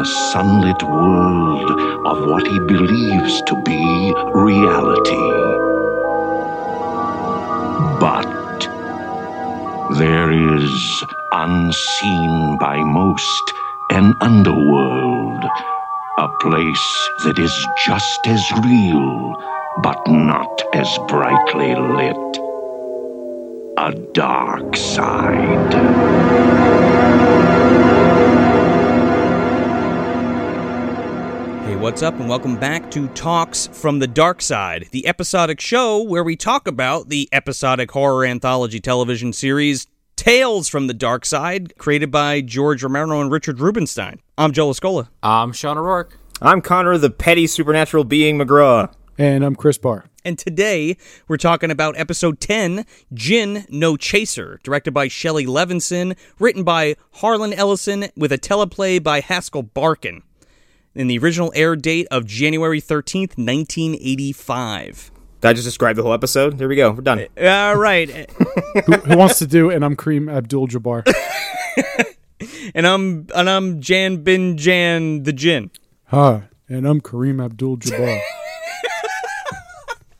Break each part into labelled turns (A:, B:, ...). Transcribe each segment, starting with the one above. A: sunlit world of what he believes to be reality. But there is, unseen by most, an underworld, a place that is just as real, but not as brightly lit. A dark side.
B: Hey, what's up, and welcome back to Talks from the Dark Side, the episodic show where we talk about the episodic horror anthology television series Tales from the Dark Side, created by George Romero and Richard Rubenstein. I'm Joel Escola.
C: I'm Sean O'Rourke.
D: I'm Connor, the petty supernatural being McGraw.
E: And I'm Chris Barr.
B: And today we're talking about episode 10, Gin No Chaser, directed by Shelley Levinson, written by Harlan Ellison, with a teleplay by Haskell Barkin in the original air date of January 13th, 1985.
D: Did I just describe the whole episode? There we go. We're done.
B: All right.
E: who, who wants to do and I'm Kareem Abdul Jabbar.
B: and I'm and I'm Jan Bin Jan the Jin.
E: Hi, and I'm Kareem Abdul Jabbar.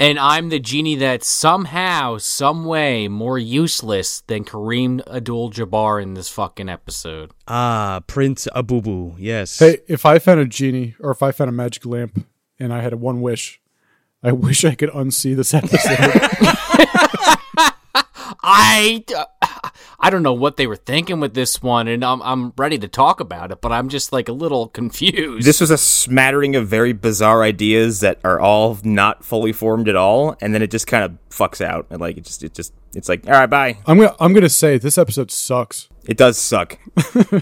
C: And I'm the genie that's somehow, some way more useless than Kareem Abdul Jabbar in this fucking episode.
B: Ah, Prince Abubu. Yes.
E: hey, if I found a genie or if I found a magic lamp and I had one wish, I wish I could unsee this episode.
C: I, I don't know what they were thinking with this one, and I'm, I'm ready to talk about it, but I'm just like a little confused.
D: This was a smattering of very bizarre ideas that are all not fully formed at all, and then it just kind of fucks out. And like it just, it just, it's like, all right, bye.
E: I'm gonna I'm gonna say this episode sucks.
D: It does suck.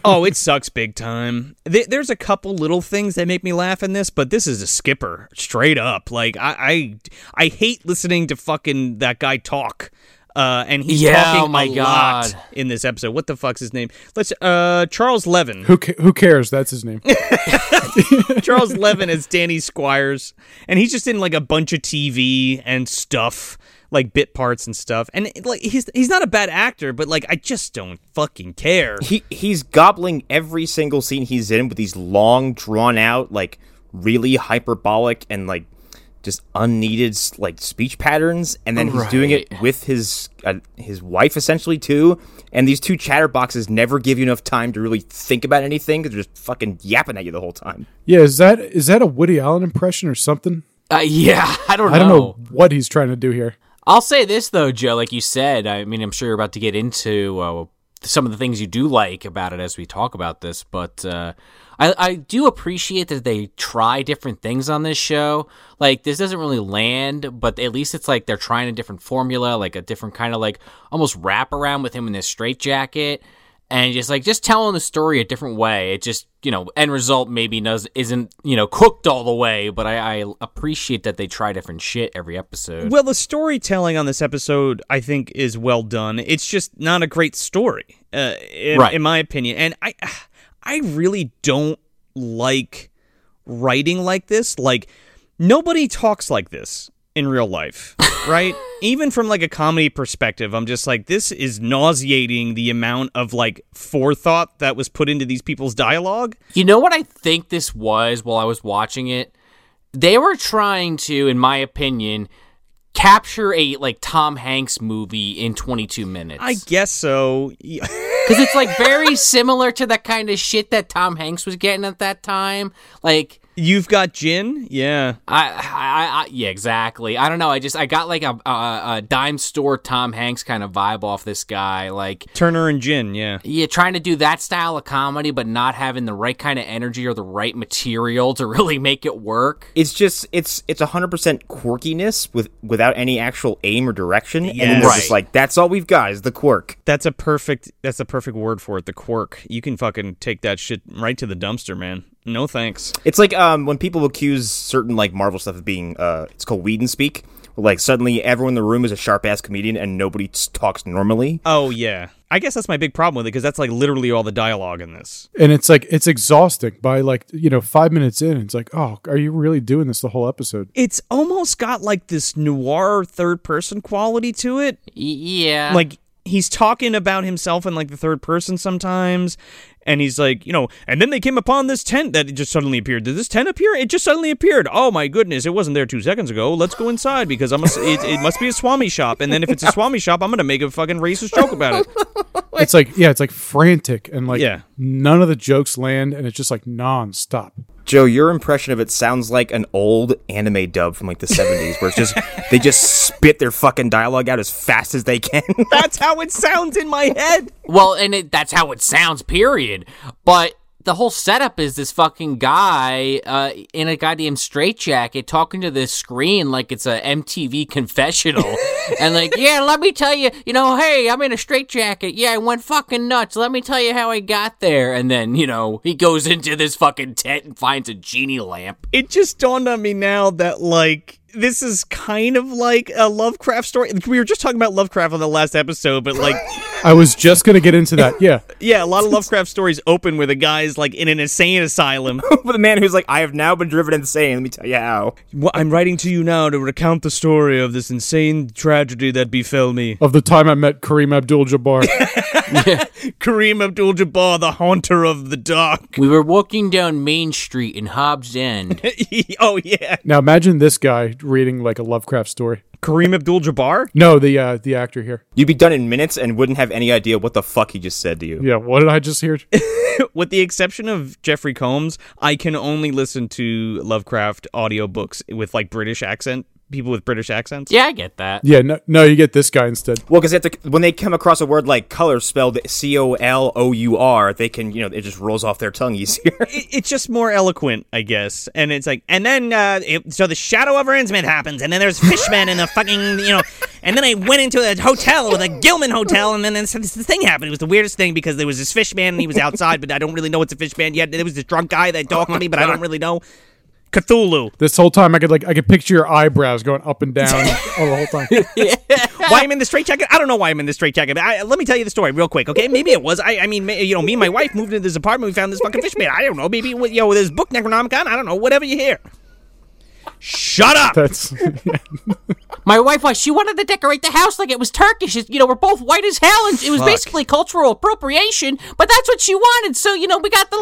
B: oh, it sucks big time. Th- There's a couple little things that make me laugh in this, but this is a skipper straight up. Like I, I, I hate listening to fucking that guy talk. Uh, and he's
C: Yeah,
B: talking
C: oh my
B: a lot
C: God.
B: in this episode. What the fuck's his name? Let's uh Charles Levin.
E: Who ca- who cares? That's his name.
B: Charles Levin as Danny Squires, and he's just in like a bunch of TV and stuff, like bit parts and stuff. And like he's he's not a bad actor, but like I just don't fucking care.
D: He he's gobbling every single scene he's in with these long, drawn out, like really hyperbolic and like just unneeded like speech patterns, and then he's doing it with his uh, his wife essentially too. And these two chatterboxes never give you enough time to really think about anything because they're just fucking yapping at you the whole time.
E: yeah, is that is that a Woody Allen impression or something?
C: Uh, yeah, I don't know.
E: I don't know what he's trying to do here.
C: I'll say this though, Joe. Like you said, I mean, I'm sure you're about to get into uh, some of the things you do like about it as we talk about this, but uh, I, I do appreciate that they try different things on this show. Like this doesn't really land, but at least it's like they're trying a different formula, like a different kind of like almost wraparound with him in this straitjacket. And just like just telling the story a different way, it just you know end result maybe does isn't you know cooked all the way, but I, I appreciate that they try different shit every episode.
B: Well, the storytelling on this episode, I think, is well done. It's just not a great story, uh, in,
C: Right.
B: in my opinion. And I, I really don't like writing like this. Like nobody talks like this in real life, right? Even from like a comedy perspective, I'm just like, this is nauseating. The amount of like forethought that was put into these people's dialogue.
C: You know what I think this was while I was watching it? They were trying to, in my opinion, capture a like Tom Hanks movie in 22 minutes.
B: I guess so.
C: Because it's like very similar to the kind of shit that Tom Hanks was getting at that time. Like
B: You've got gin, yeah.
C: I, I, I yeah, exactly. I don't know. I just I got like a, a, a dime store Tom Hanks kind of vibe off this guy. Like
B: Turner and gin, yeah.
C: yeah, trying to do that style of comedy, but not having the right kind of energy or the right material to really make it work.
D: It's just it's it's hundred percent quirkiness with without any actual aim or direction, and then
B: Yes.
D: they're just
C: Right.
D: like that's all we've got is the quirk.
B: That's a perfect. That's a perfect word for it. The quirk. You can fucking take that shit right to the dumpster, man. No thanks.
D: It's like um, when people accuse certain like Marvel stuff of being uh, it's called Whedon speak. where, Like suddenly everyone in the room is a sharp ass comedian and nobody s- talks normally.
B: Oh yeah. I guess that's my big problem with it because that's like literally all the dialogue in this.
E: And it's like it's exhausting by like you know five minutes in. It's like oh, are you really doing this the whole episode?
B: It's almost got like this noir third person quality to it.
C: Y- yeah.
B: Like he's talking about himself in like the third person sometimes and he's like you know and then they came upon this tent that just suddenly appeared did this tent appear it just suddenly appeared oh my goodness it wasn't there two seconds ago let's go inside because i'm a, it, it must be a swami shop and then if it's a swami shop i'm gonna make a fucking racist joke about it
E: It's like yeah, it's like frantic and like
B: Yeah.
E: none of the jokes land, and it's just like nonstop.
D: Joe, your impression of it sounds like an old anime dub from like the 70s where it's just they just spit their fucking dialogue out as fast as they can.
B: that's how it sounds in my head
C: Well, and it, that's how it sounds, period. But the whole setup is this fucking guy uh, in a goddamn straitjacket talking to this screen like it's a MTV confessional. and like, yeah, let me tell you, you know, hey, I'm in a straitjacket. Yeah, I went fucking nuts. Let me tell you how I got there. And then, you know, he goes into this fucking tent and finds a genie lamp.
B: it just dawned on me now that like this is kind of like a lovecraft story we were just talking about lovecraft on the last episode but like
E: I was just gonna get into that. Yeah,
B: yeah a lot of lovecraft stories open where the guy's like in an insane asylum
D: But the man who's like, I have now been driven insane. Let me tell you how.
B: Well, I'm writing to you now to recount the story of this insane tragedy that befell me.
E: of the time I met Kareem Abdul-Jabbar.
B: Kareem Abdul Jabbar, the haunter of the dark.
C: We were walking down Main Street in Hobbs End.
B: oh, yeah.
E: now imagine this guy reading like a Lovecraft story.
B: Kareem Abdul Jabbar?
E: No, the uh, the actor here.
D: You'd be done in minutes and wouldn't have any idea what the fuck he just said to you.
E: Yeah, what did I just hear?
B: With the exception of Jeffrey Combs, I can only listen to Lovecraft audiobooks with like British accent, people with British accents.
C: yeah, I get that.
E: Yeah, no, no, you get this guy instead.
D: Well, because when they come across a word like color spelled C O L O U R, they can, you know, it just rolls off their tongue easier.
B: It- It's just more eloquent, I guess, and it's like, and then uh, it, so the shadow of her incident happens, and then there's fishmen and the fucking, you know, and then I went into a hotel with a Gilman hotel, and then this, this thing happened. It was the weirdest thing because there was this fishman and he was outside, but I don't really know it's a fishman yet. There was this drunk guy that talked to me, but I don't really know. Cthulhu.
E: This whole time I could like I could picture your eyebrows going up and down all the whole time.
B: Why I'm in the straitjacket? I don't know why I'm in the straitjacket. but I, let me tell you the story real quick, okay? Maybe it was. I, I mean, ma- you know, me and my wife moved into this apartment. We found this fucking fishman. I don't know. Maybe it was, you know, this book Necronomicon. I don't know. Whatever you hear. Shut up.
E: That's
C: My wife was. She wanted to decorate the house like it was Turkish. It- You know, we're both white as hell, and it was basically cultural appropriation. But that's what she wanted, so you know, we got the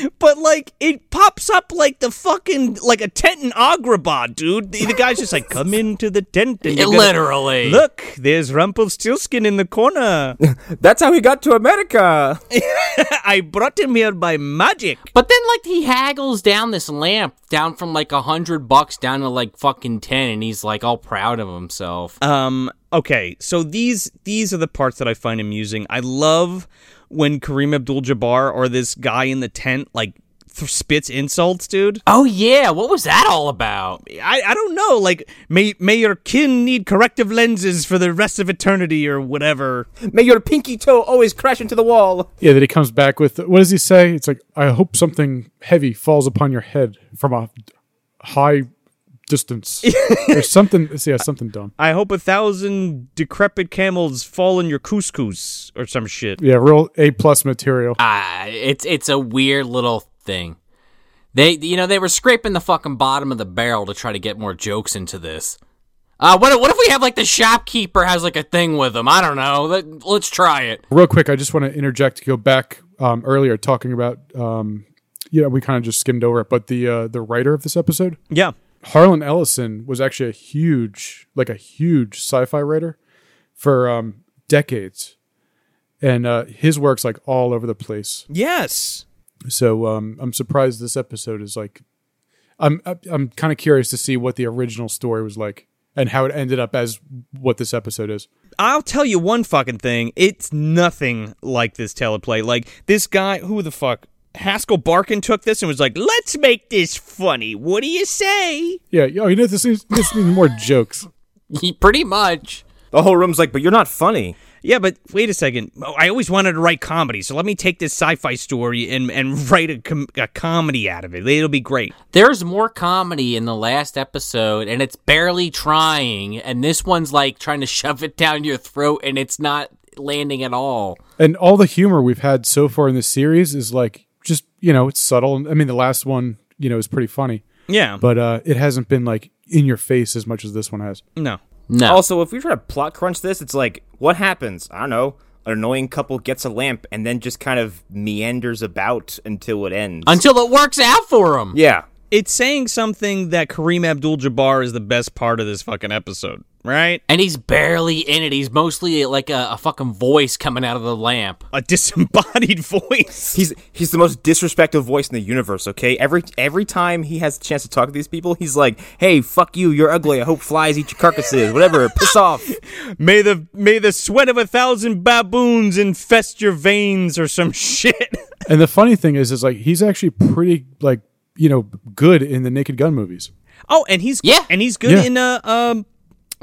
C: lamb.
B: But like it pops up like the fucking like a tent in Agrabah, dude. The, the guy's just like, come into the tent and you're gonna-
C: Literally.
B: Look, there's Rumpelstiltskin in the corner.
D: That's how he got to America.
B: I brought him here by magic.
C: but then, like, he haggles down this lamp down from like a hundred bucks down to like fucking ten, and he's like all proud of himself.
B: Um, okay, so these these are the parts that I find amusing. I love when Kareem Abdul-Jabbar or this guy in the tent like th- spits insults, dude.
C: oh yeah, what was that all about?
B: I, I don't know. Like, may may your kin need corrective lenses for the rest of eternity or whatever.
D: May your pinky toe always crash into the wall.
E: yeah. That he comes back with what does he say? It's like I hope something heavy falls upon your head from a high distance or something. Yeah, something dumb.
B: I hope a thousand decrepit camels fall in your couscous or some shit.
E: Yeah, real A plus material.
C: Ah, it's it's a weird little thing. They, you know, they were scraping the fucking bottom of the barrel to try to get more jokes into this. Uh, what, if- what if we have like the shopkeeper has like a thing with him? I don't know. Let, let's try it.
E: Real quick, I just want to interject to go back um, earlier talking about. Um, yeah, we kind of just skimmed over it, but the uh, the writer of this episode,
B: Yeah.
E: Harlan Ellison was actually a huge, like a huge sci-fi writer for um, decades, and uh, his work's like all over the place.
B: Yes.
E: So um, I'm surprised this episode is like, I'm I'm kind of curious to see what the original story was like and how it ended up as what this episode is.
B: I'll tell you one fucking thing. It's nothing like this teleplay. Like this guy, who the fuck? Haskell Barkin took this and was like, "Let's make this funny." What do you say?
E: Yeah, oh, you know this needs, this needs more jokes.
C: Pretty much.
D: The whole room's like, but you're not funny.
B: Yeah, but wait a second. Oh, I always wanted to write comedy, so let me take this sci-fi story and and write a, com- a comedy out of it. It'll be great.
C: There's more comedy in the last episode, and it's barely trying. And this one's like trying to shove it down your throat, and it's not landing at all.
E: And all the humor we've had so far in this series is like just you know it's subtle. I mean, the last one you know is pretty funny.
B: Yeah.
E: but uh, it hasn't been like in your face as much as this one has.
B: no.
C: No.
D: Also, if we try to plot crunch this, it's like, what happens? I don't know. An annoying couple gets a lamp and then just kind of meanders about until it ends.
C: Until it works out for him.
D: yeah.
B: It's saying something that Kareem Abdul-Jabbar is the best part of this fucking episode, right?
C: And he's barely in it. He's mostly like a, a fucking voice coming out of the lamp.
B: A disembodied voice.
D: He's he's the most disrespectful voice in the universe, okay? Every every time he has a chance to talk to these people, he's like, "Hey, fuck you. You're ugly. I hope flies eat your carcasses. Whatever. Piss off."
B: May the may the sweat of a thousand baboons infest your veins or some shit.
E: And the funny thing is, is like he's actually pretty like you know good in the Naked Gun movies.
B: Oh, and he's
C: Yeah.
B: and he's good
E: Yeah.
B: in uh um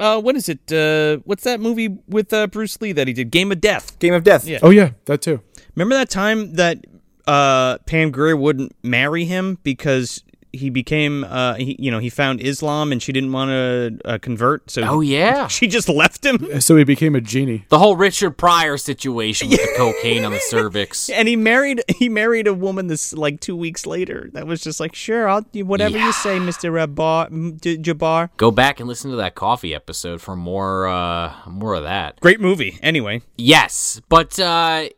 B: uh what is it uh what's that movie with uh, Bruce Lee that he did Game of Death?
D: Game of Death. Yeah.
E: Oh yeah, that too.
B: Remember that time that uh Pam Grier wouldn't marry him because he became uh he, you know he found Islam and she didn't want to uh, convert so
C: Oh yeah.
B: she just left him
E: So he became a genie.
C: The whole Richard Pryor situation with the cocaine on the cervix.
B: and he married he married a woman this like 2 weeks later that was just like sure I'll do whatever you say Mr. Rabar, Jabbar
C: Go back and listen to that coffee episode for more uh more of that.
B: Great movie anyway
C: Yes, but uh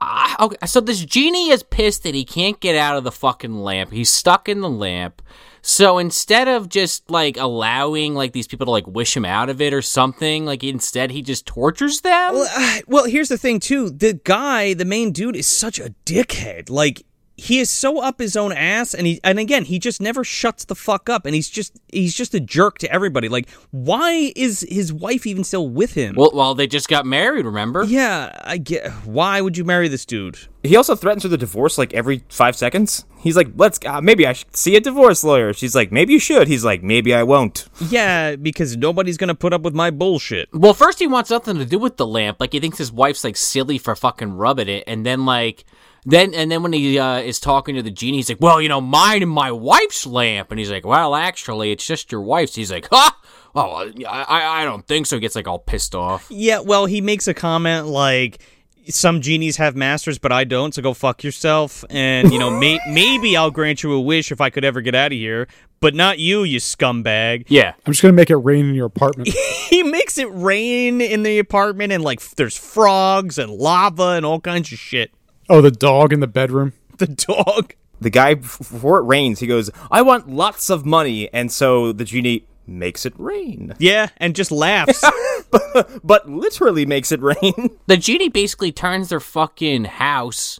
C: I, okay, so this genie is pissed that he can't get out of the fucking lamp. He's stuck in the lamp. So instead of just like allowing like these people to like wish him out of it or something, like instead he just tortures them.
B: Well, uh, well, here's the thing too. The guy, the main dude, is such a dickhead. Like he is so up his own ass, and he and again, he just never shuts the fuck up, and he's just he's just a jerk to everybody. Like, why is his wife even still with him?
C: Well, well, they just got married, remember?
B: yeah, I get. Why would you marry this dude?
D: He also threatens her with a divorce like every five seconds. He's like, "Let's uh, maybe I should see a divorce lawyer." She's like, "Maybe you should." He's like, "Maybe I won't."
B: Yeah, because nobody's gonna put up with my bullshit.
C: Well, first he wants nothing to do with the lamp. Like he thinks his wife's like silly for fucking rubbing it, and then like then and then when he uh, is talking to the genie, he's like, "Well, you know, mine and my wife's lamp," and he's like, "Well, actually, it's just your wife's." He's like, "Huh." Oh, I, I I don't think so. He gets like all pissed off.
B: Yeah, well, he makes a comment like some genies have masters, but I don't, so go fuck yourself. And you know, may- maybe I'll grant you a wish if I could ever get out of here, but not you, you scumbag.
C: Yeah,
E: I'm just gonna make it rain in your apartment.
B: He makes it rain in the apartment, and like f- there's frogs and lava and all kinds of shit.
E: oh, the dog in the bedroom.
B: The dog.
D: The guy bef- before it rains, he goes, "I want lots of money," and so the genie makes it rain,
B: Yeah, and just laughs.
D: but literally makes it rain.
C: the genie basically turns their fucking house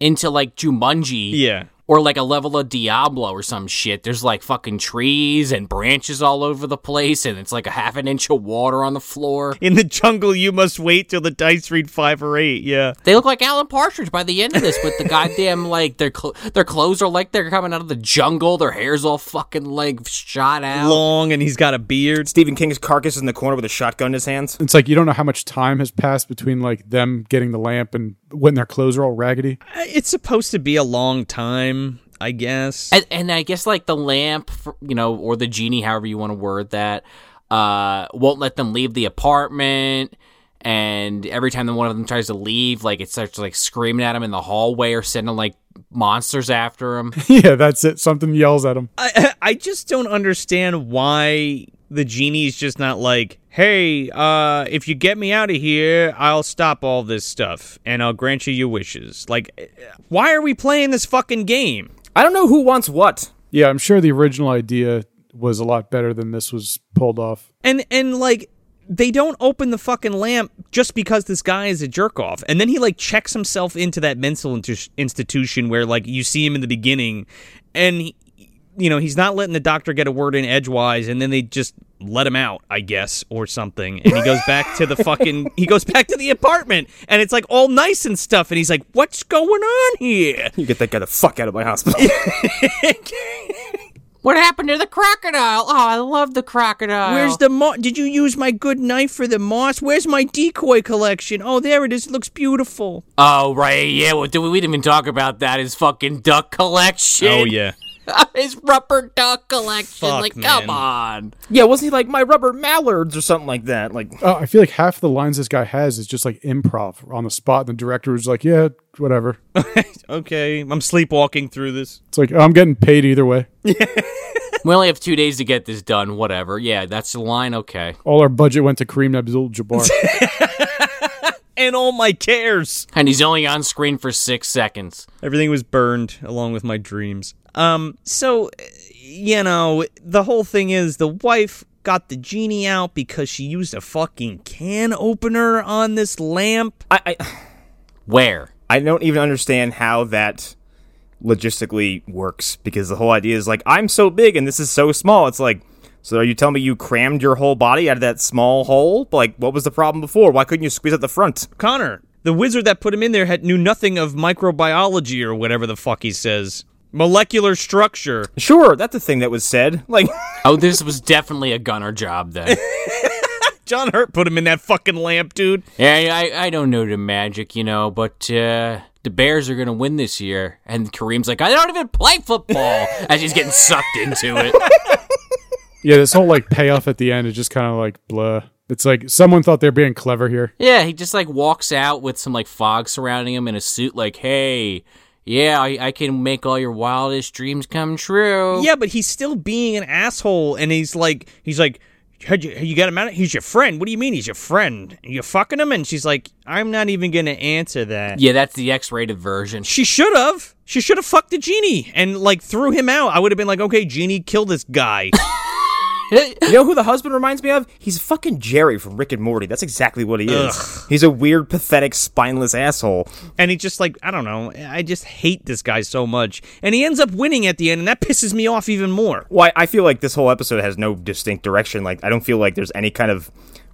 C: into like Jumanji.
B: yeah.
C: Or like a level of Diablo or some shit. There's like fucking trees and branches all over the place, and it's like a half an inch of water on the floor.
B: In the jungle, you must wait till the dice read five or eight. Yeah.
C: They look like Alan Partridge by the end of this with the goddamn like their cl- their clothes are like they're coming out of the jungle. Their hair's all fucking like shot out.
B: Long, and he's got a beard.
D: Stephen King's carcass is in the corner with a shotgun in his hands.
E: It's like you don't know how much time has passed between like them getting the lamp and when their clothes are all raggedy.
B: Uh, It's supposed to be a long time, I guess.
C: And, and I guess like the lamp, for, you know, or the genie, however you want to word that, uh, won't let them leave the apartment. And every time that one of them tries to leave, like it starts like screaming at them in the hallway or sending like monsters after them.
E: yeah, that's it. Something yells at him.
B: I, I just don't understand why the genie's just not like, hey, uh, if you get me out of here, I'll stop all this stuff and I'll grant you your wishes. Like, eh, why are we playing this fucking game?
D: I don't know who wants what.
E: Yeah, I'm sure the original idea was a lot better than this was pulled off.
B: And and like, they don't open the fucking lamp just because this guy is a jerk off. And then he like checks himself into that mental intu- institution where like you see him in the beginning, and he, you know he's not letting the doctor get a word in edgewise, and then they just let him out, I guess, or something. And he goes back to the fucking he goes back to the apartment, and it's like all nice and stuff. And he's like, "What's going on here?"
D: You get that guy the fuck out of my hospital.
C: What happened to the crocodile? Oh, I love the crocodile.
B: Where's the mo- Did you use my good knife for the moss? Where's my decoy collection? Oh, there it is. It looks beautiful.
C: Oh right, yeah. Well, dude, we didn't even talk about that. His fucking duck collection.
B: Oh, yeah.
C: his rubber duck collection.
B: Fuck,
C: like,
B: man.
C: come on.
D: yeah, wasn't he like my rubber mallards or something like that? Like,
E: Uh, I feel like half the lines this guy has is just like improv on the spot. And the director was like, yeah, whatever.
B: okay, I'm sleepwalking through this.
E: It's like, I'm getting paid either way.
C: we only have two days to get this done. Whatever. Yeah, that's the line. Okay.
E: All our budget went to Kareem Abdul-Jabbar.
B: and all my cares.
C: And he's only on screen for six seconds.
B: Everything was burned along with my dreams. Um, so, you know, the whole thing is the wife got the genie out because she used a fucking can opener on this lamp.
D: I, I
C: Where?
D: I don't even understand how that logistically works because the whole idea is like I'm so big and this is so small. It's like so are you telling me you crammed your whole body out of that small hole? Like what was the problem before? Why couldn't you squeeze out the front?
B: Connor, the wizard that put him in there had knew nothing of microbiology or whatever the fuck he says. Molecular structure.
D: Sure, that's the thing that was said. Like
C: Oh, this was definitely a gunner job then.
B: John Hurt put him in that fucking lamp, dude.
C: yeah, I, I don't know the magic, you know, but uh, the Bears are going to win this year. And Kareem's like, I don't even play football. as he's getting sucked into it.
E: yeah, this whole like payoff at the end is just kind of like blah. It's like someone thought they're being clever here.
C: Yeah, he just like walks out with some like fog surrounding him in a suit, like, hey, yeah, I, I can make all your wildest dreams come true.
B: Yeah, but he's still being an asshole, and he's like, he's like, had you, you got him out? of- He's your friend. What do you mean he's your friend? You fucking him? And she's like, I'm not even gonna answer that.
C: Yeah, that's the X rated version.
B: She should have. She should have fucked the genie and like threw him out. I would have been like, okay, genie, kill this guy.
D: You know who the husband reminds me of? He's fucking Jerry from Rick and Morty. That's exactly what he is. He's a weird, pathetic, spineless asshole.
B: and he just like, I don't know. I just hate this guy so much. And he ends up winning at the end, and that pisses me off even more.
D: Why I feel like this whole episode has no distinct direction. Like I don't feel like there's any kind of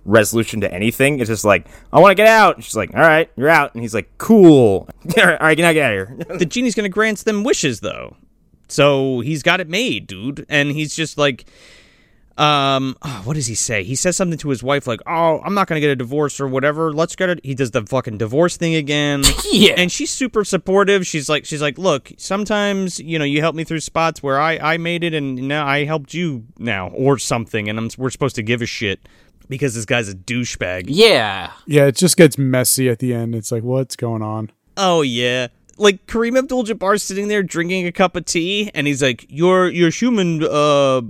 D: resolution to anything. It's just like I want to get out. And she's like, "All right, you're out," and he's like, "Cool. all right, all right, now get out of here."
B: the genie's gonna grant them wishes though so he's got it made dude and he's just like um ah, what does he say he says something to his wife like oh i'm not gonna get a divorce or whatever let's get it he does the fucking divorce thing again
C: Yeah.
B: and she's super supportive she's like she's like look sometimes you know you help me through spots where i i made it and now i helped you now or something and I'm, we're supposed to give a shit because this guy's a douchebag
C: yeah.
E: Yeah, it just gets messy at the end. It's like what's going on?
B: Oh yeah. Like Kareem Abdul Jabbar's sitting there drinking a cup of tea and he's like, Your your human uh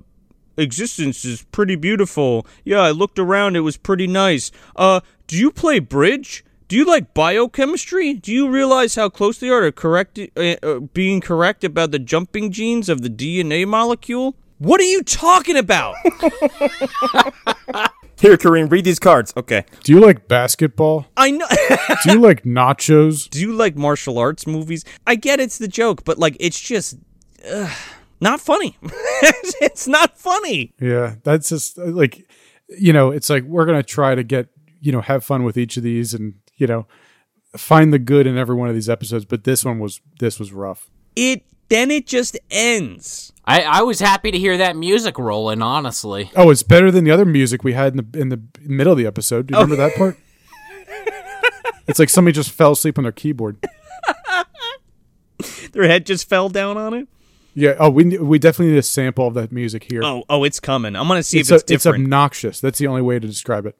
B: existence is pretty beautiful. Yeah, I looked around, it was pretty nice. Uh do you play bridge? Do you like biochemistry? Do you realize how close they are to correct uh, uh, being correct about the jumping genes of the DNA molecule? What are you talking about?
D: Here, Kareem, read these cards. Okay.
E: Do you like basketball?
B: I know
E: Do you like nachos?
B: do you like martial arts movies? I get it's the joke, but like it's just ugh, not funny. it's not funny.
E: Yeah, that's just uh, like you know, it's like we're gonna try to get you know have fun with each of these and you know find the good in every one of these episodes. But this one was this was rough.
B: It then it just ends.
C: I, I was happy to hear that music rolling, honestly.
E: Oh, it's better than the other music we had in the in the middle of the episode.
B: Oh.
E: Do you remember that part? it's like somebody just fell asleep on their keyboard.
B: Their head just fell down on it.
E: Yeah. Oh, we we definitely need a sample of that music here.
B: Oh, oh, it's coming. I'm gonna see
E: it's,
B: if it's
E: a- it's
B: different.
E: obnoxious. That's the only way to describe it.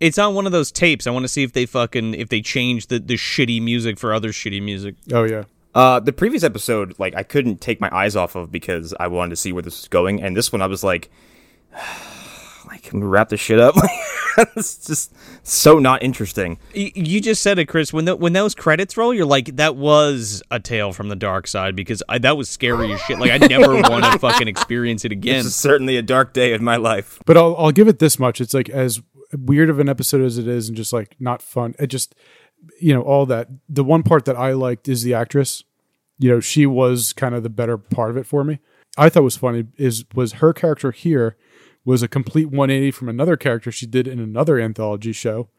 B: It's, on one of those tapes. I want to see if they fucking if they change the the shitty music for other shitty music.
E: Oh yeah.
D: Uh, the previous episode, like I couldn't take my eyes off of because I wanted to see where this was going, and this one I was like, like, can we wrap this shit up? it's just so not interesting.
B: Y- You just said it, Chris. When the, when those credits roll, you're like, that was a tale from the dark side because I, that was scary as shit. Like I never want to fucking experience it again.
D: This is certainly a dark day in my life.
E: But I'll I'll give it this much. It's like as weird of an episode as it is, and just like not fun. It just you know all that. The one part that I liked is the actress. You know, she was kind of the better part of it for me. I thought was funny is was her character here was a complete 180 from another character she did in another anthology show.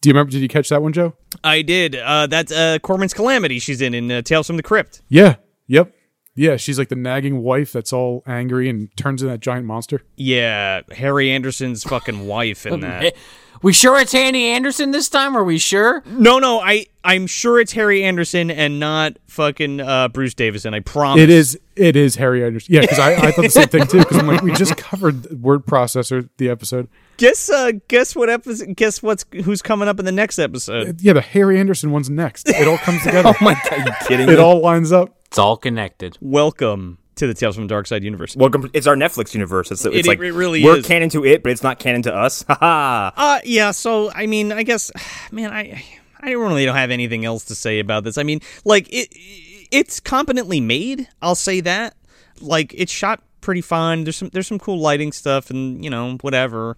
E: Do you remember? Did you catch that one, Joe?
B: I did. Uh, that's uh, Corman's Calamity she's in, in uh, Tales from the Crypt.
E: Yeah. Yep. Yeah, she's like the nagging wife that's all angry and turns into that giant monster.
B: Yeah, Harry Anderson's fucking wife in that.
C: We sure it's Andy Anderson this time? Are we sure?
B: No, no, I, I'm sure it's Harry Anderson and not fucking uh, Bruce Davison. I promise.
E: It is. It is Harry Anderson. Yeah, because I, I thought the same thing too. Because I'm like, we just covered word processor the episode.
B: Guess uh, guess what episode? Guess what's who's coming up in the next episode?
E: Yeah, the Harry Anderson one's next. It all comes together.
D: Oh my god, are you kidding
E: it
D: me?
E: all lines up.
C: It's all connected.
B: Welcome to the Tales from the Dark Side universe.
D: Welcome. It's our Netflix universe. It's, it's
B: It-
D: like
B: it really
D: we're
B: is.
D: canon to it, but it's not canon to us. Ha ha.
B: Uh yeah, so I mean, I guess man, I I really don't have anything else to say about this. I mean, like it it's competently made, I'll say that. Like it's shot pretty fine. There's some there's some cool lighting stuff and, you know, whatever.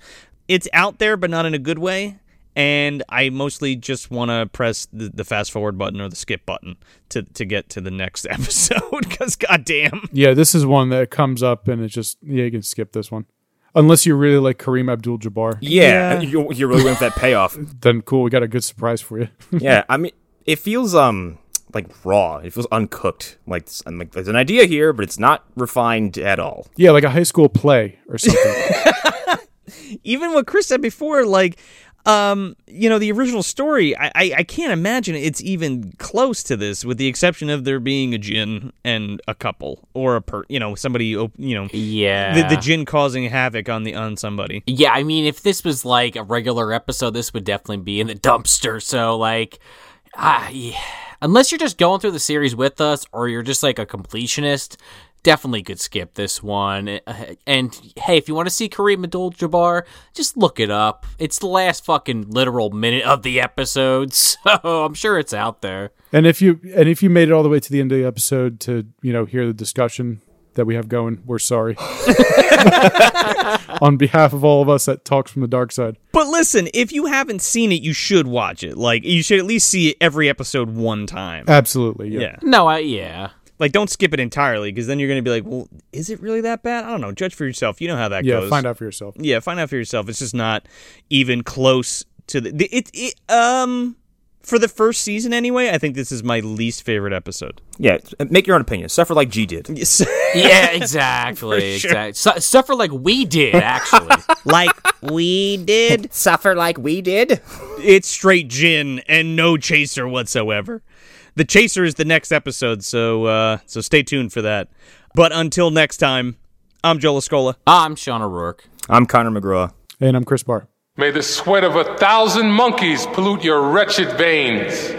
B: It's out there but not in a good way. And I mostly just want to press the, the fast forward button or the skip button to, to get to the next episode because goddamn,
E: Yeah, this is one that comes up, and it's just yeah, you can skip this one, unless you really like Kareem Abdul-Jabbar.
D: Yeah, You, you really went for that payoff.
E: Then cool, we got a good surprise for you.
D: yeah, I mean, it feels um like raw. It feels uncooked. Like, s- I'm like there's an idea here, but it's not refined at all.
E: yeah, like a high school play or something.
B: even what Chris said before, like, um, you know, the original story, I, I, I can't imagine it's even close to this, with the exception of there being a jinn and a couple or a per, you know, somebody, op- you know,
C: Yeah.
B: the, the jinn causing havoc on the on somebody.
C: yeah, I mean, if this was like a regular episode, this would definitely be in the dumpster. So, like, ah, yeah. unless you're just going through the series with us or you're just like a completionist, definitely could skip this one. Uh, And hey, if you want to see Kareem Abdul Jabbar, just look it up. It's the last fucking literal minute of the episode. So, I'm sure it's out there.
E: and if you and if you made it all the way to the end of the episode to you know hear the discussion that we have going, we're sorry. On behalf of all of us that talks from the dark side.
B: But listen, if you haven't seen it, you should watch it. Like, you should at least see every episode one time.
E: Uh, Absolutely. Yeah.
B: Yeah.
C: No, I, yeah.
B: Like, don't skip it entirely, because then you're going to be like, well, is it really that bad? I don't know. Judge for yourself. You know how that
E: Yeah,
B: goes.
E: find out for yourself.
B: yeah, find out for yourself. It's just not even close to the, the it, it um for the first season anyway. I think this is my least favorite episode.
D: Yeah, make your own opinion. Suffer like G did.
B: Yes.
C: Yeah, exactly. exactly. Su- suffer like we did, actually.
B: like we did.
D: Suffer like we did.
B: It's straight gin and no chaser whatsoever. The chaser is the next episode, so uh so stay tuned for that. But until next time, I'm Joel Escola.
C: I'm Sean O'Rourke.
D: I'm Connor McGraw.
E: And I'm Chris Barr.
F: May the sweat of a thousand monkeys pollute your wretched veins.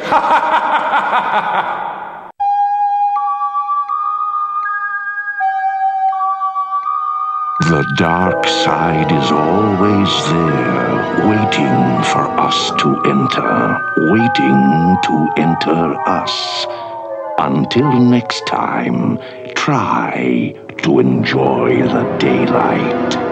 A: The dark side is always there, waiting for us to enter, waiting to enter us. Until next time, try to enjoy the daylight.